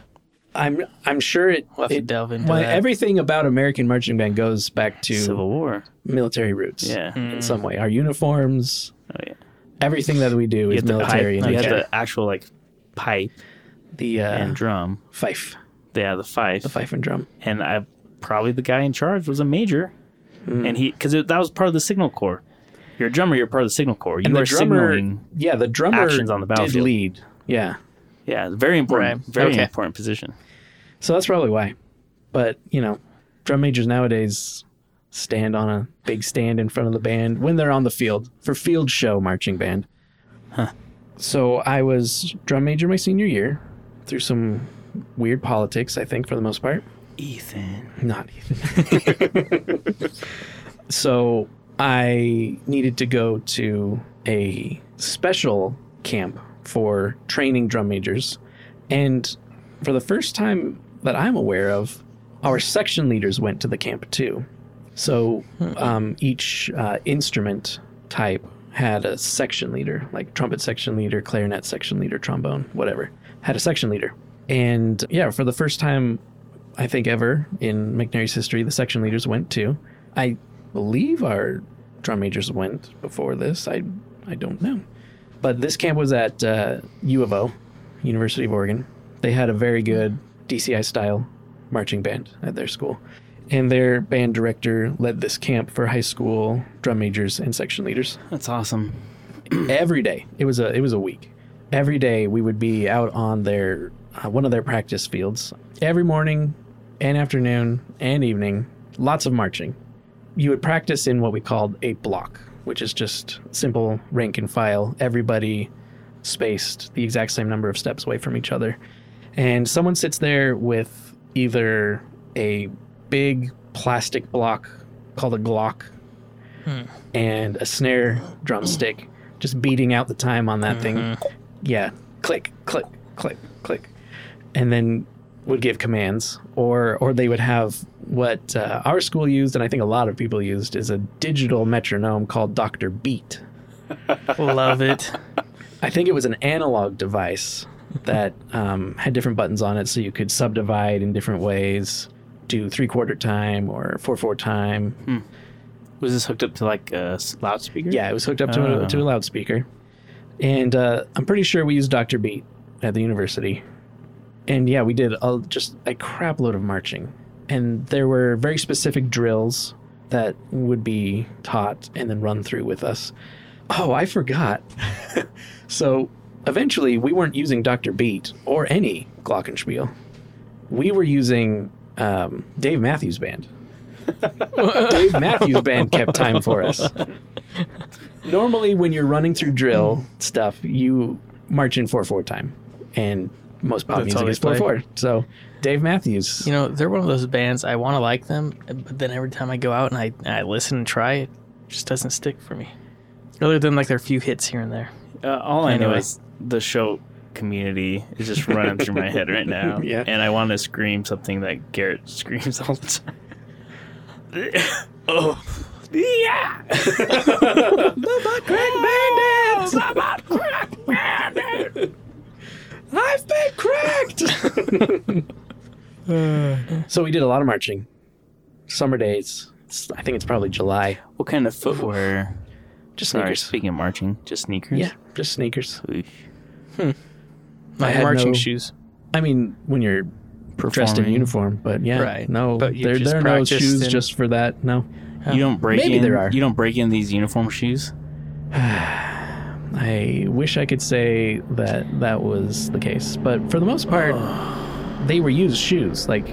Speaker 4: I'm I'm sure it.
Speaker 2: We'll have to
Speaker 4: it
Speaker 2: delve into
Speaker 4: well,
Speaker 2: that.
Speaker 4: everything about American marching band goes back to
Speaker 6: Civil War?
Speaker 4: military roots.
Speaker 6: Yeah.
Speaker 4: in some way, our uniforms,
Speaker 6: Oh yeah.
Speaker 4: everything that we do
Speaker 6: You
Speaker 4: is
Speaker 6: had the
Speaker 4: military.
Speaker 6: pipe.
Speaker 4: in
Speaker 6: You had
Speaker 4: nature.
Speaker 6: the actual like pipe
Speaker 4: the uh,
Speaker 6: and drum.
Speaker 4: fife,
Speaker 6: They had the fife.
Speaker 4: the fife and drum.
Speaker 6: and I probably the guy in charge was a major, and he because that was part of the signal corps. You're a drummer. You're part of the signal corps. You
Speaker 4: And
Speaker 6: are
Speaker 4: the drummer,
Speaker 6: signaling.
Speaker 4: yeah, the drummer
Speaker 6: actions on the
Speaker 4: did
Speaker 6: battlefield.
Speaker 4: lead. Yeah,
Speaker 6: Yeah, it's very important.
Speaker 2: Right.
Speaker 6: Very
Speaker 2: Okay.
Speaker 6: important position.
Speaker 4: so that's probably why. But you know, drum majors nowadays stand on a big stand in front of the band when they're on the field for field show marching band. So I was drum major my senior year through some weird politics, I think, for the most part.
Speaker 6: Ethan.
Speaker 4: Not even. (laughs) so I needed to go to a special camp for training drum majors. And for the first time that I'm aware of, our section leaders went to the camp too. So um, each uh, instrument type had a section leader, like trumpet section leader, clarinet section leader, trombone, whatever, had a section leader. And yeah, for the first time, I think ever in McNairy's history, the section leaders went to. I believe our drum majors went before this. I I don't know, but this camp was at uh, U of O, University of Oregon. They had a very good DCI style marching band at their school, and their band director led this camp for high school drum majors and section leaders
Speaker 6: That's awesome.
Speaker 4: every day. It was a it was a week. Every day we would be out on their uh, one of their practice fields every morning and afternoon and evening. Lots of marching. You would practice in what we called a block, which is just simple rank and file. Everybody spaced the exact same number of steps away from each other, and someone sits there with either a big plastic block called a Glock and a snare drumstick just beating out the time on that thing. Yeah, click, click, click, click, and then would give commands, or or they would have what uh, our school used, and I think a lot of people used, is a digital metronome called Doctor Beat.
Speaker 2: Love it.
Speaker 4: I think it was an analog device that um, had different buttons on it, so you could subdivide in different ways, do three quarter time or four four time.
Speaker 6: Was this hooked up to like a s-
Speaker 2: Mm-hmm.
Speaker 6: loudspeaker?
Speaker 4: Yeah, it was hooked up to,
Speaker 6: Oh.
Speaker 4: a, to a loudspeaker, and uh, I'm pretty sure we used Doctor Beat at the university, and yeah, we did a, just a crap load of marching, and there were very specific drills that would be taught and then run through with us. Oh, I forgot. so eventually, we weren't using Doctor Beat or any Glockenspiel. We were using um, Dave Matthews
Speaker 2: (laughs)
Speaker 4: Band. Dave Matthews Band kept time for us. Normally, when you're running through drill stuff, you march in four four time, and most pop
Speaker 2: That's how
Speaker 4: music
Speaker 2: they
Speaker 4: is four
Speaker 2: play.
Speaker 4: four. So Dave Matthews,
Speaker 2: You know, they're one of those bands I want to like them, but then every time I go out and I, I listen and try, it just doesn't stick for me. Other than like their few hits here and there.
Speaker 6: Uh, all I know
Speaker 2: Anyway.
Speaker 6: is the show community is just running through my head right now.
Speaker 4: (laughs) Yeah.
Speaker 6: And I want to scream something that Garrett screams all the time.
Speaker 4: (laughs)
Speaker 6: oh. Yeah. the crack bandits. The crack bandits.
Speaker 4: I've been cracked. (laughs) so we did a lot of marching. Summer days. It's- I think it's probably July.
Speaker 6: What kind of footwear?
Speaker 4: Just
Speaker 6: Sorry,
Speaker 4: sneakers.
Speaker 6: speaking of marching, just sneakers.
Speaker 4: Yeah, just sneakers.
Speaker 6: Oof.
Speaker 2: Like
Speaker 4: had
Speaker 2: marching
Speaker 4: no-
Speaker 2: shoes.
Speaker 4: I mean, when you're dressed in
Speaker 6: Performing.
Speaker 4: uniform, but yeah,
Speaker 2: Right.
Speaker 4: no,
Speaker 2: But you
Speaker 4: there,
Speaker 2: just
Speaker 4: there are no
Speaker 2: practiced
Speaker 4: shoes
Speaker 2: and-
Speaker 4: just for that. No,
Speaker 6: You don't break
Speaker 4: Oh. Maybe
Speaker 6: in.
Speaker 4: there are.
Speaker 6: You don't break in these uniform shoes.
Speaker 4: I wish I could say that that was the case, but for the most part, they were used shoes. Like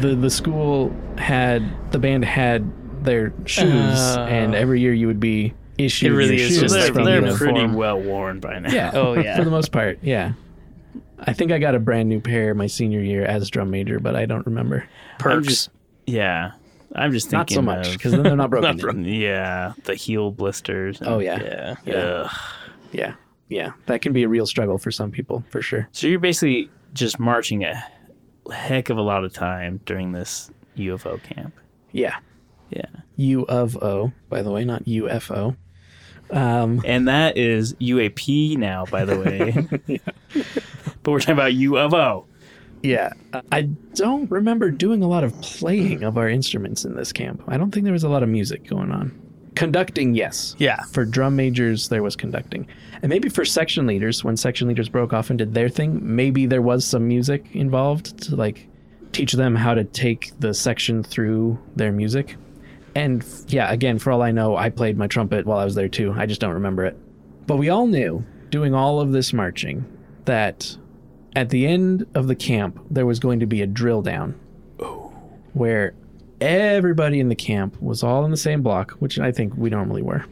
Speaker 4: the the school had the band had their shoes,
Speaker 2: Oh.
Speaker 4: and every year you would be issued
Speaker 2: It really
Speaker 4: your
Speaker 2: is
Speaker 4: shoes.
Speaker 2: just
Speaker 6: they're
Speaker 2: like the
Speaker 4: from
Speaker 6: they're
Speaker 4: uniform.
Speaker 6: pretty well worn by now.
Speaker 4: Yeah. (laughs)
Speaker 6: (laughs)
Speaker 2: Oh,
Speaker 4: for
Speaker 2: yeah.
Speaker 4: the most part, yeah. I think I got a brand new pair my senior year as drum major, but I don't remember.
Speaker 6: I'm
Speaker 2: Perks.
Speaker 6: just yeah. I'm just thinking
Speaker 4: Not so much
Speaker 6: of-
Speaker 4: because then they're not broken.
Speaker 6: (laughs) Not from- yeah, the heel blisters. and-
Speaker 4: Oh yeah. yeah,
Speaker 2: yeah.
Speaker 6: Ugh.
Speaker 4: yeah, That can be a real struggle for some people, for sure.
Speaker 6: So you're basically just marching a heck of a lot of time during this UFO camp.
Speaker 4: Yeah,
Speaker 6: Yeah.
Speaker 4: U of O, by the way, not UFO.
Speaker 6: And that is UAP now, by the
Speaker 4: (laughs)
Speaker 6: way. But we're talking about UFO.
Speaker 4: Yeah, I don't remember doing a lot of playing of our instruments in this camp. I don't think there was a lot of music going on. Conducting, yes.
Speaker 2: Yeah.
Speaker 4: For drum majors, there was conducting. And maybe for section leaders, when section leaders broke off and did their thing, maybe there was some music involved to like teach them how to take the section through their music. And f- yeah, again, for all I know, I played my trumpet while I was there too. I just don't remember it. But we all knew, doing all of this marching, that at the end of the camp, there was going to be a drill down where everybody in the camp was all in the same block, which I think we normally were.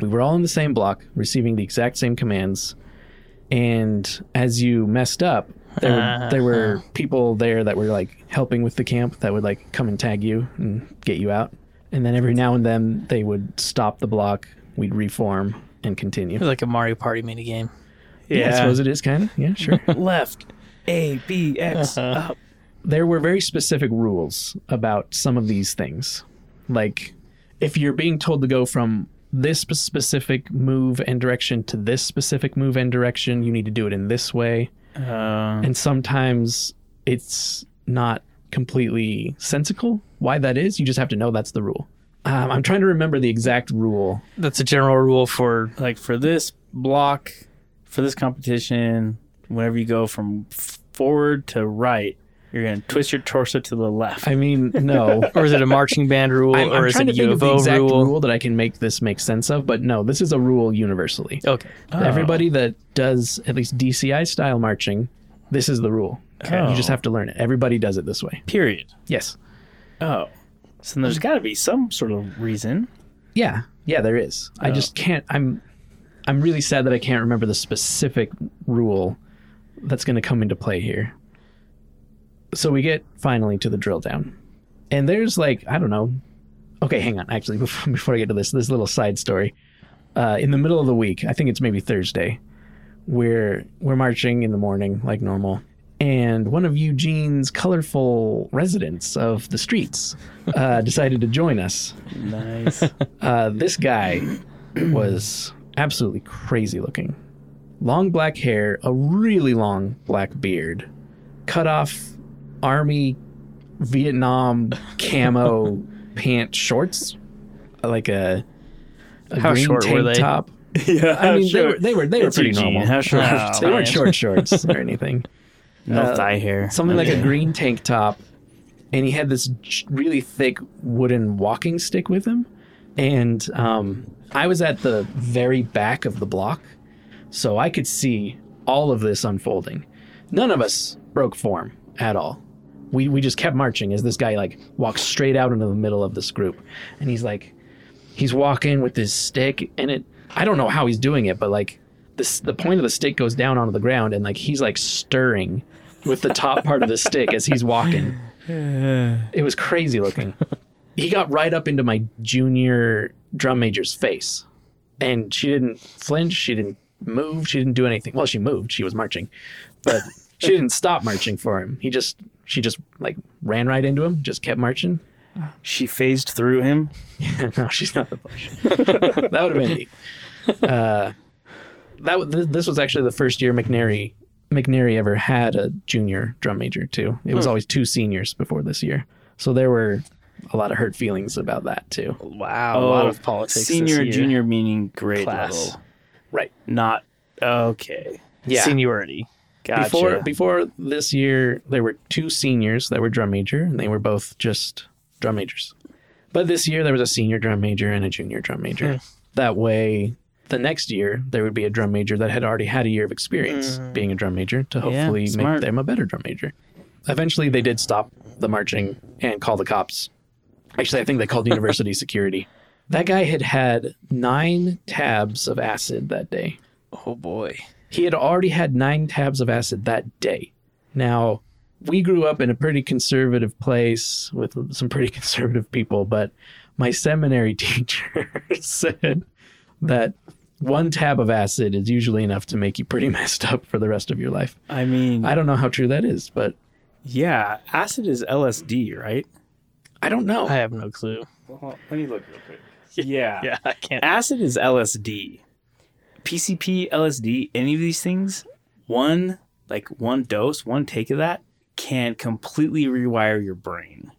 Speaker 4: We were all in the same block, receiving the exact same commands. And as you messed up, there, there were people there that were like helping with the camp that would like come and tag you and get you out. And then every now and then they would stop the block, we'd reform and continue.
Speaker 2: It was like a Mario Party mini game.
Speaker 4: Yeah, I suppose it is kind of. Yeah, sure.
Speaker 6: Left. A B X up.
Speaker 4: (laughs) there were very specific rules about some of these things. Like, if you're being told to go from this spe- specific move and direction to this specific move and direction, you need to do it in this way.
Speaker 6: Uh,
Speaker 4: And sometimes it's not completely sensical why that is. You just have to know that's the rule. Um, I'm trying to remember the exact rule.
Speaker 2: That's a general rule for
Speaker 6: like for this block, for this competition, whenever you go from f- forward to right, you're gonna twist your torso to the left.
Speaker 4: I mean, (laughs) no.
Speaker 2: or is it a marching band rule
Speaker 4: I'm,
Speaker 2: or
Speaker 4: I'm
Speaker 2: is it
Speaker 4: trying
Speaker 2: a
Speaker 4: to think of the
Speaker 2: UFO
Speaker 4: exact
Speaker 2: rule?
Speaker 4: rule that I can make this make sense of, but no, this is a rule universally.
Speaker 2: Okay.
Speaker 6: Oh.
Speaker 4: Everybody that does at least DCI style marching, this is the rule. You just have to learn it. Everybody does it this way.
Speaker 6: Period.
Speaker 4: Yes.
Speaker 6: Oh. So then there's got to be some sort of reason.
Speaker 4: Yeah. Yeah, there is. I just can't I'm I'm really sad that I can't remember the specific rule that's going to come into play here. So we get finally to the drill down. And (laughs) there's like, I don't know. Okay, hang on. Actually, before, before I get to this, this little side story. uh, in the middle of the week. I think it's maybe Thursday. We're we're marching in the morning like normal, and one of Eugene's colorful residents of the streets uh, (laughs) decided to join us.
Speaker 6: Nice.
Speaker 4: Uh, this guy was absolutely crazy looking. Long black hair, a really long black beard, cut off army Vietnam
Speaker 2: (laughs)
Speaker 4: camo pant shorts, like a, a
Speaker 2: How
Speaker 4: green
Speaker 2: short were
Speaker 4: tank
Speaker 2: they?
Speaker 4: top.
Speaker 6: (laughs) yeah,
Speaker 4: I mean, they were they were, they were pretty normal.
Speaker 6: How short?
Speaker 2: Oh,
Speaker 4: (laughs) they
Speaker 2: man.
Speaker 4: weren't short shorts or anything.
Speaker 6: No
Speaker 4: Uh,
Speaker 6: thigh hair.
Speaker 4: Something like
Speaker 6: Okay.
Speaker 4: a green tank top, and he had this j- really thick wooden walking stick with him. And um, I was at the very back of the block, so I could see all of this unfolding. None of us broke form at all. We we just kept marching as this guy like walks straight out into the middle of this group, and he's like, he's walking with his stick, and it I don't know how he's doing it, but like this the point of the stick goes down onto the ground, and like he's like stirring with the top part of the stick as he's walking. It was crazy looking. He got right up into my junior drum major's face. And she didn't flinch. She didn't move. She didn't do anything. Well, she moved. She was marching. But she didn't stop marching for him. He just, she just like ran right into him, just kept marching.
Speaker 6: She phased through him.
Speaker 4: (laughs) no, she's not the bush. that would have been neat. Uh, that wa- th- this was actually the first year McNary McNary ever had a junior drum major too. It was always two seniors before this year, so there were a lot of hurt feelings about that too.
Speaker 2: Wow, a lot
Speaker 6: Oh,
Speaker 2: of politics. this
Speaker 6: Senior,
Speaker 2: year.
Speaker 6: junior meaning grade
Speaker 2: Class.
Speaker 6: level.
Speaker 4: Right.
Speaker 6: Not okay.
Speaker 4: Yeah.
Speaker 2: seniority.
Speaker 6: Gotcha.
Speaker 4: Before before this year, there were two seniors that were drum major, and they were both just drum majors. But this year, there was a senior drum major and a junior drum major.
Speaker 6: Hmm.
Speaker 4: That way, the next year there would be a drum major that had already had a year of experience being a drum major to hopefully make
Speaker 6: Hmm. smart.
Speaker 4: them a better drum major. Eventually, they did stop the marching and call the cops. Actually, I think they called
Speaker 6: (laughs)
Speaker 4: university security. That guy had had nine tabs of acid that day.
Speaker 2: Oh boy.
Speaker 4: He had already had nine tabs of acid that day. Now, we grew up in a pretty conservative place with some pretty (laughs) conservative people, but my seminary (laughs) teacher said that one tab of acid is usually enough to make you pretty (laughs) messed up for the rest of your life.
Speaker 6: I mean,
Speaker 4: I don't know how true that is, but
Speaker 6: yeah, acid is LSD, right?
Speaker 4: I don't know.
Speaker 2: I have no clue.
Speaker 6: let me look real quick. Yeah.
Speaker 2: Yeah, I can't.
Speaker 6: Acid is LSD. PCP, LSD, any of these things, one like one dose, one take of that can completely rewire your brain.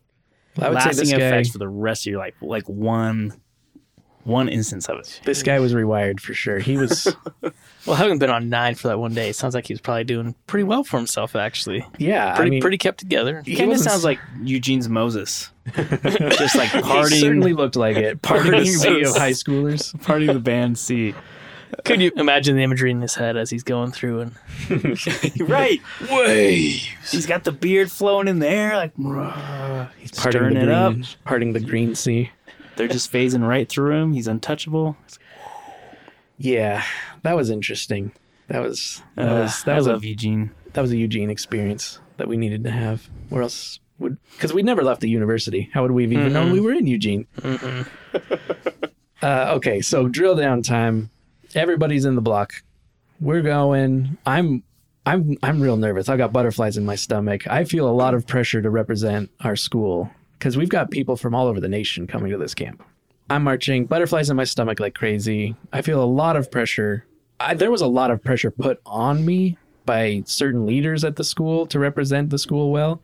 Speaker 4: I would say
Speaker 6: Lasting
Speaker 4: this guy,
Speaker 6: effects for the rest of your life, like one one instance of it.
Speaker 4: this guy was rewired for sure. He
Speaker 6: (laughs)
Speaker 4: was,
Speaker 2: Well, having been on nine for that one day, it sounds like he was probably doing pretty well for himself. Actually,
Speaker 4: yeah,
Speaker 2: pretty
Speaker 4: I mean,
Speaker 2: pretty kept together.
Speaker 4: He
Speaker 6: Kind of
Speaker 4: wasn't-
Speaker 6: sounds like
Speaker 4: (laughs)
Speaker 6: Eugene's Moses, just like partying,
Speaker 4: He certainly looked like (laughs) it. Party
Speaker 6: Partying
Speaker 4: E of
Speaker 6: was-
Speaker 4: high schoolers.
Speaker 6: partying the
Speaker 4: (laughs)
Speaker 6: band C.
Speaker 2: Could you imagine the imagery in his head as he's going through and
Speaker 6: right, waves. He's got the beard flowing in the air, like (laughs) "Bruh." (sighs) he's
Speaker 4: Parting
Speaker 6: stirring
Speaker 4: the
Speaker 6: it
Speaker 4: green,
Speaker 6: up.
Speaker 4: Parting the green sea.
Speaker 6: They're just phasing right through him. He's untouchable.
Speaker 4: Yeah, that was interesting. That was that
Speaker 6: Uh,
Speaker 4: was that
Speaker 6: I
Speaker 4: was a
Speaker 6: love Eugene.
Speaker 4: that was a Eugene experience that we needed to have. Where else would because we never left the university? How would we have even known we were in Eugene? (laughs) uh, okay, so drill down time. Everybody's in the block. We're going. I'm I'm I'm real nervous. I got butterflies in my stomach. I feel a lot of pressure to represent our school because we've got people from all over the nation coming to this camp. I'm marching, butterflies in my stomach like crazy. I feel a lot of pressure. I, there was a lot of pressure put on me by certain leaders at the school to represent the school well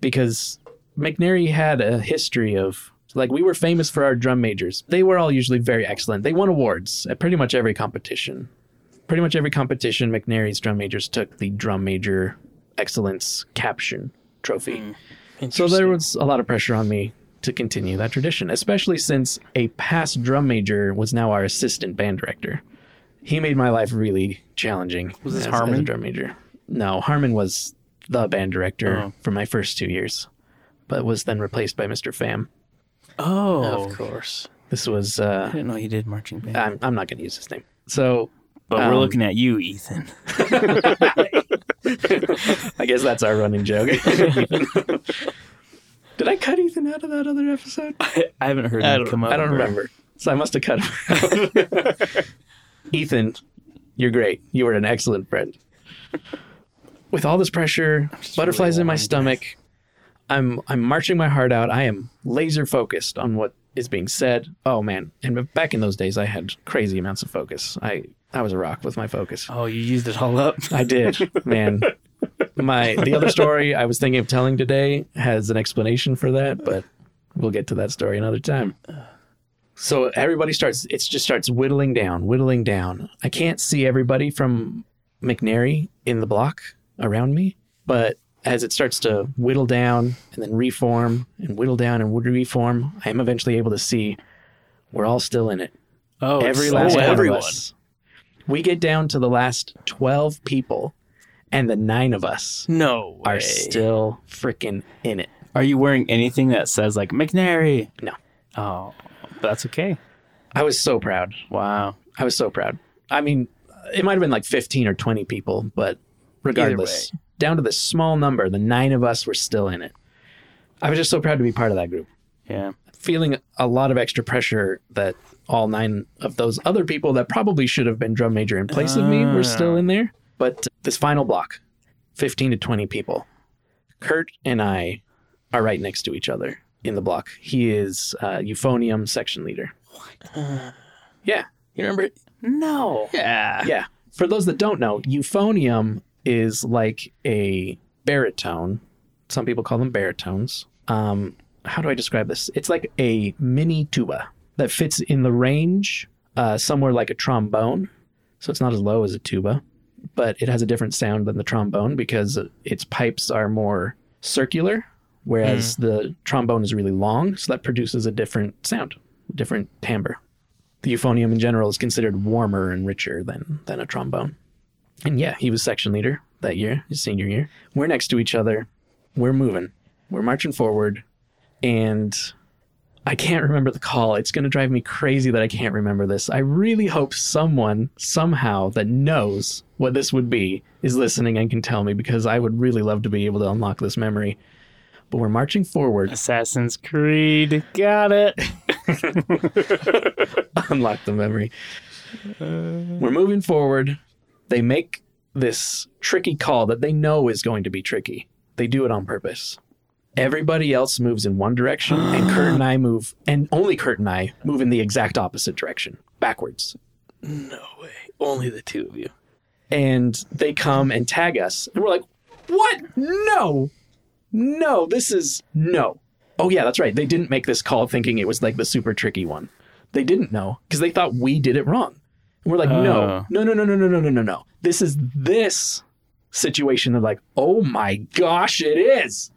Speaker 4: because McNary had a history of like we were famous for our drum majors. They were all usually very excellent. They won awards at pretty much every competition. Pretty much every competition McNary's drum majors took the drum major excellence caption trophy.
Speaker 6: Hmm.
Speaker 4: So there was a lot of pressure on me to continue that tradition, especially since a past drum major was now our assistant band director. He made my life really challenging. Was
Speaker 6: this
Speaker 4: as,
Speaker 6: Harmon?
Speaker 4: As a drum major. No, Harmon was the band director
Speaker 6: Oh.
Speaker 4: for my first two years, but was then replaced by Mr. Pham.
Speaker 6: Oh,
Speaker 2: of course.
Speaker 4: This was
Speaker 6: I
Speaker 4: uh,
Speaker 6: didn't know he did marching band.
Speaker 4: I'm I'm not going to use his name. So
Speaker 6: but we're
Speaker 4: Uh, um,
Speaker 6: looking at
Speaker 4: (laughs)
Speaker 6: you, Ethan.
Speaker 4: I guess that's our running joke. Did I cut Ethan out of that other episode?
Speaker 6: I haven't heard
Speaker 2: I
Speaker 6: him
Speaker 2: don't-
Speaker 6: come up.
Speaker 4: I don't
Speaker 6: with-
Speaker 4: remember. So I must have cut him. Ethan, you're great. You were an excellent friend. With all this pressure, butterflies
Speaker 6: really
Speaker 4: in my
Speaker 6: wanting to-
Speaker 4: stomach, I'm I'm marching my heart out. I am laser focused on what is being said. Oh man! And back in those days, I had crazy amounts of focus. I I was a rock with my focus.
Speaker 6: Oh, you used it
Speaker 4: (laughs)
Speaker 6: all up.
Speaker 4: I did, man. My the other story I was thinking of telling today has an explanation for that, but we'll get to that story another time. So everybody starts it just starts whittling down, whittling down. I can't see everybody from McNary in the block around me, but as it starts to whittle down and then reform and whittle down and reform, I am eventually able to see we're all still in it
Speaker 2: Oh,
Speaker 4: every last one of us. We get down to the last twelve people, and the nine of us
Speaker 6: No.
Speaker 4: are
Speaker 6: way.
Speaker 4: still freaking in it.
Speaker 6: Are you wearing anything that says like McNary?
Speaker 4: No.
Speaker 6: Oh, but that's okay.
Speaker 4: I was so proud.
Speaker 6: Wow.
Speaker 4: I was so proud. I mean, it might have been like fifteen or twenty people, but regardless, down to this small number, the nine of us were still in it. I was just so proud to be part of that group.
Speaker 6: Yeah.
Speaker 4: feeling a lot of extra pressure that all nine of those other people that probably should have been drum major in place of me were still in there. But this final block, 15 to 20 people, Kurt and I are right next to each other in the block. He is uh, euphonium section leader. Yeah.
Speaker 2: You remember?
Speaker 6: No.
Speaker 2: Yeah.
Speaker 4: Yeah. For those that don't know, euphonium is like a baritone. Some people call them baritones. Um, how do I describe this? It's like a mini tuba that fits in the range uh, somewhere like a trombone. So it's not as low as a tuba, but it has a different sound than the trombone because its pipes are more circular, whereas the trombone is really long. So that produces a different sound, different timbre the euphonium in general is considered warmer and richer than than a trombone. And yeah, he was section leader that year, his senior year. We're next to each other. We're moving. We're marching forward. And I can't remember the call. It's going to drive me crazy that I can't remember this. I really hope someone, somehow, that knows what this would be is listening and can tell me because I would really love to be able to unlock this memory. But we're marching forward.
Speaker 6: Assassin's Creed. Got it.
Speaker 4: (laughs) unlock the memory. We're moving forward. They make this tricky call that they know is going to be tricky. They do it on purpose. Everybody else moves in one direction, and Kurt and I move, and only Kurt and I move in the exact opposite direction, backwards.
Speaker 2: No way. Only the two of you.
Speaker 4: And they come and tag us, and we're like, "What? No, no, this is no." Oh yeah, that's right. They didn't make this call thinking it was like the super tricky one. They didn't know because they thought we did it wrong. And we're like,
Speaker 6: Oh.
Speaker 4: no, no, no, no, no, no, no, no, no, no. This is this situation. They're like, oh my gosh, it is.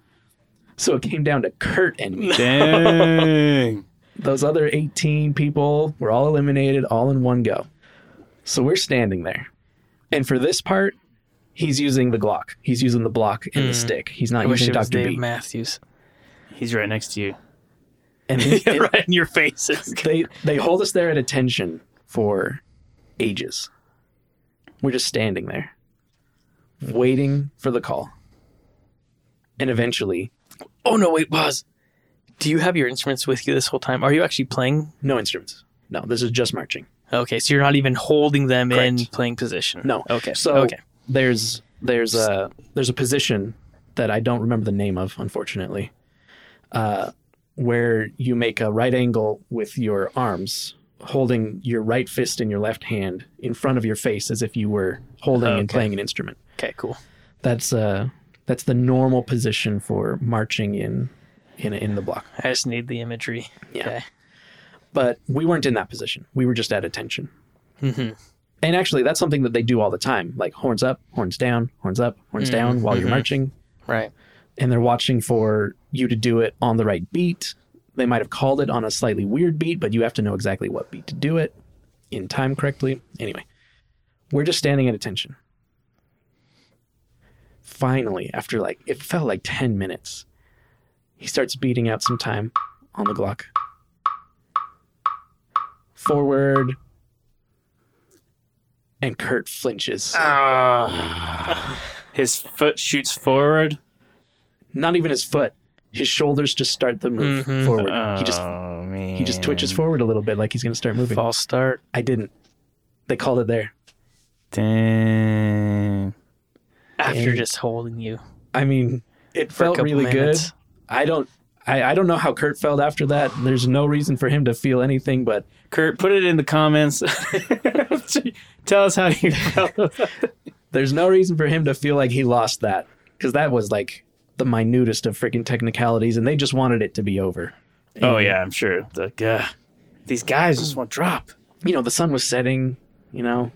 Speaker 4: So it came down to Kurt and me.
Speaker 6: Dang.
Speaker 4: Those other 18 people were all eliminated all in one go. So we're standing there. And for this part, he's using the Glock. He's using the block and the stick. He's not
Speaker 2: Hmm. I wish
Speaker 4: using
Speaker 2: it was
Speaker 4: Dr.
Speaker 2: Dave
Speaker 4: B.
Speaker 2: (laughs) Matthews.
Speaker 6: (laughs) He's right next to you.
Speaker 4: And
Speaker 2: (laughs)
Speaker 4: it- it-
Speaker 6: right in your faces.
Speaker 4: they they hold us there at attention for ages. We're just standing there, waiting for the call. And eventually,
Speaker 2: Oh no! Wait, pause. Do you have your instruments with you this whole time? Are you actually playing?
Speaker 4: no instruments. No, this is just marching.
Speaker 2: Okay, so you're not even holding them in
Speaker 4: Correct.
Speaker 2: playing position.
Speaker 4: No.
Speaker 2: Okay.
Speaker 4: So
Speaker 2: okay.
Speaker 4: there's there's a there's a position that I don't remember the name of, unfortunately, uh, where you make a right angle with your arms, holding your right fist in your left hand in front of your face as if you were holding and
Speaker 2: Okay.
Speaker 4: playing an instrument.
Speaker 2: Okay. Cool.
Speaker 4: that's uh that's the normal position for marching in in in the block
Speaker 2: I just need the imagery.
Speaker 4: Yeah. but we weren't in that position we were just at attention and actually that's something that they do all the time like horns up horns down horns up horns down while you're marching
Speaker 2: Right.
Speaker 4: and they're watching for you to do it on the right beat they might have called it on a slightly weird beat but you have to know exactly what beat to do it in time correctly anyway we're just standing at attention finally, after like it felt like ten minutes, he starts beating out some time on the Glock. Forward. And Kurt flinches. Ah.
Speaker 6: (sighs) His foot shoots forward.
Speaker 4: Not even his foot. His shoulders just start the move forward. he just
Speaker 6: Oh, mean,
Speaker 4: He just twitches forward a little bit like he's going to start moving.
Speaker 2: False start.
Speaker 4: I didn't. They called it there.
Speaker 6: Damn.
Speaker 2: After
Speaker 4: Dang.
Speaker 2: just holding you
Speaker 4: I mean, it
Speaker 2: for a
Speaker 4: felt
Speaker 2: couple
Speaker 4: really
Speaker 2: minutes.
Speaker 4: good. I don't I, I don't know how Kurt felt after that. There's no reason for him to feel anything but
Speaker 6: Kurt, put it in the comments. (laughs) Tell us how you felt.
Speaker 4: there's no reason for him to feel like he lost that because that was like the minutest of freaking technicalities and they just wanted it to be over.
Speaker 6: oh yeah, I'm sure. Like, uh, these guys just want drop.
Speaker 4: You know, the sun was setting, you know,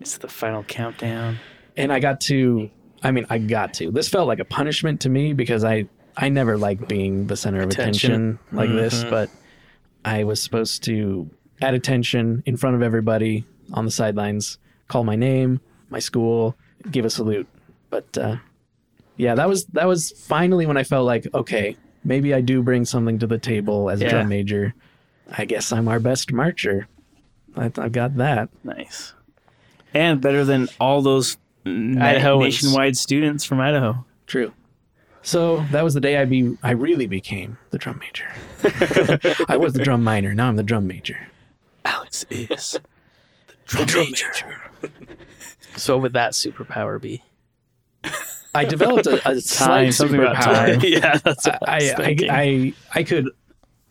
Speaker 6: It's the final countdown.
Speaker 4: and I got to I mean, I got to. This felt like a punishment to me because I I never like being the center of attention,
Speaker 2: Attention.
Speaker 4: like this, but I was supposed to at attention in front of everybody on the sidelines, call my name, my school, give a salute. But uh yeah, that was that was finally when I felt like, okay, maybe I do bring something to the table as a
Speaker 2: Yeah.
Speaker 4: drum major. I guess I'm our best marcher. I, I've got that.
Speaker 6: Nice. And better than all those Idaho
Speaker 2: Idahoans.
Speaker 6: nationwide students from Idaho.
Speaker 4: True. So that was the day I be I really became the drum major. (laughs) I was the drum minor. Now I'm the drum major.
Speaker 6: Alex (laughs) is
Speaker 4: The drum major.
Speaker 2: So what would that superpower be?
Speaker 4: I developed a, a slight
Speaker 6: time. Something about
Speaker 4: superpower.
Speaker 6: time. (laughs)
Speaker 2: (laughs)
Speaker 6: yeah, that's
Speaker 2: Uh,
Speaker 6: what
Speaker 4: (laughs)
Speaker 6: I,
Speaker 4: I,
Speaker 6: was
Speaker 4: I,
Speaker 6: thinking.
Speaker 4: I I could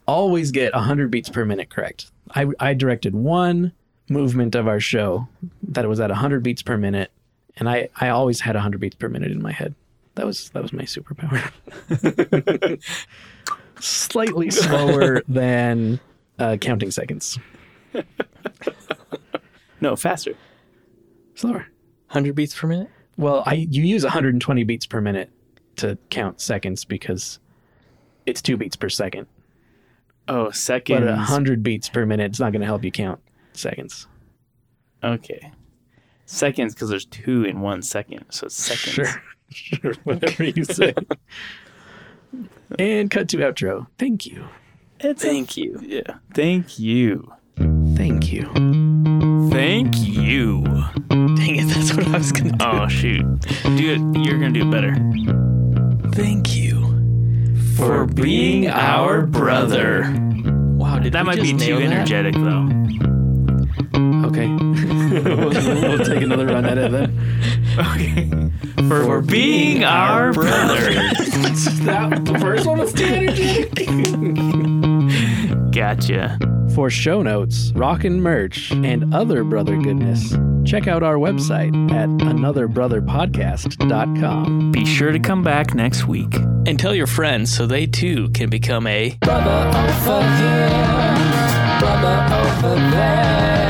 Speaker 4: always get 100 beats per minute correct. I I directed one movement of our show that was at 100 beats per minute, and I I always had 100 beats per minute in my head. That was that was my
Speaker 6: (laughs)
Speaker 4: superpower. Slightly
Speaker 6: (laughs)
Speaker 4: slower than uh, counting seconds.
Speaker 6: no, faster.
Speaker 4: Slower.
Speaker 2: 100 beats per minute?
Speaker 4: Well, I you use 120 beats per minute to count seconds because it's two beats per second.
Speaker 6: Oh,
Speaker 4: But
Speaker 6: seconds.
Speaker 4: 100 beats per minute is not going to help you count seconds.
Speaker 6: Okay. Seconds, because there's two in one second, so it's seconds.
Speaker 4: (laughs) sure, whatever you say. and cut to outro. Thank you.
Speaker 6: Thank you. (laughs) Yeah. Thank you.
Speaker 4: Thank you.
Speaker 6: Thank you.
Speaker 2: Mm.
Speaker 6: Dang it, that's what I was gonna do. Oh shoot. Do it you're gonna do it better.
Speaker 2: Mm.
Speaker 6: Thank you for being our brother.
Speaker 2: Wow, did
Speaker 6: That
Speaker 2: we
Speaker 6: might
Speaker 2: just
Speaker 6: be
Speaker 2: nail
Speaker 6: too
Speaker 2: that?
Speaker 6: energetic though.
Speaker 4: Okay. (laughs) we'll, we'll take another run at it then.
Speaker 6: Okay. For, being our brother.
Speaker 4: That, the first one was too energetic.
Speaker 6: gotcha.
Speaker 4: For show notes, rockin' merch, and other brother goodness, check out our website at anotherbrotherpodcast.com.
Speaker 6: Be sure to come back next week.
Speaker 2: And tell your friends so they too can become a
Speaker 7: brother over here, brother over there.
Speaker 2: (laughs)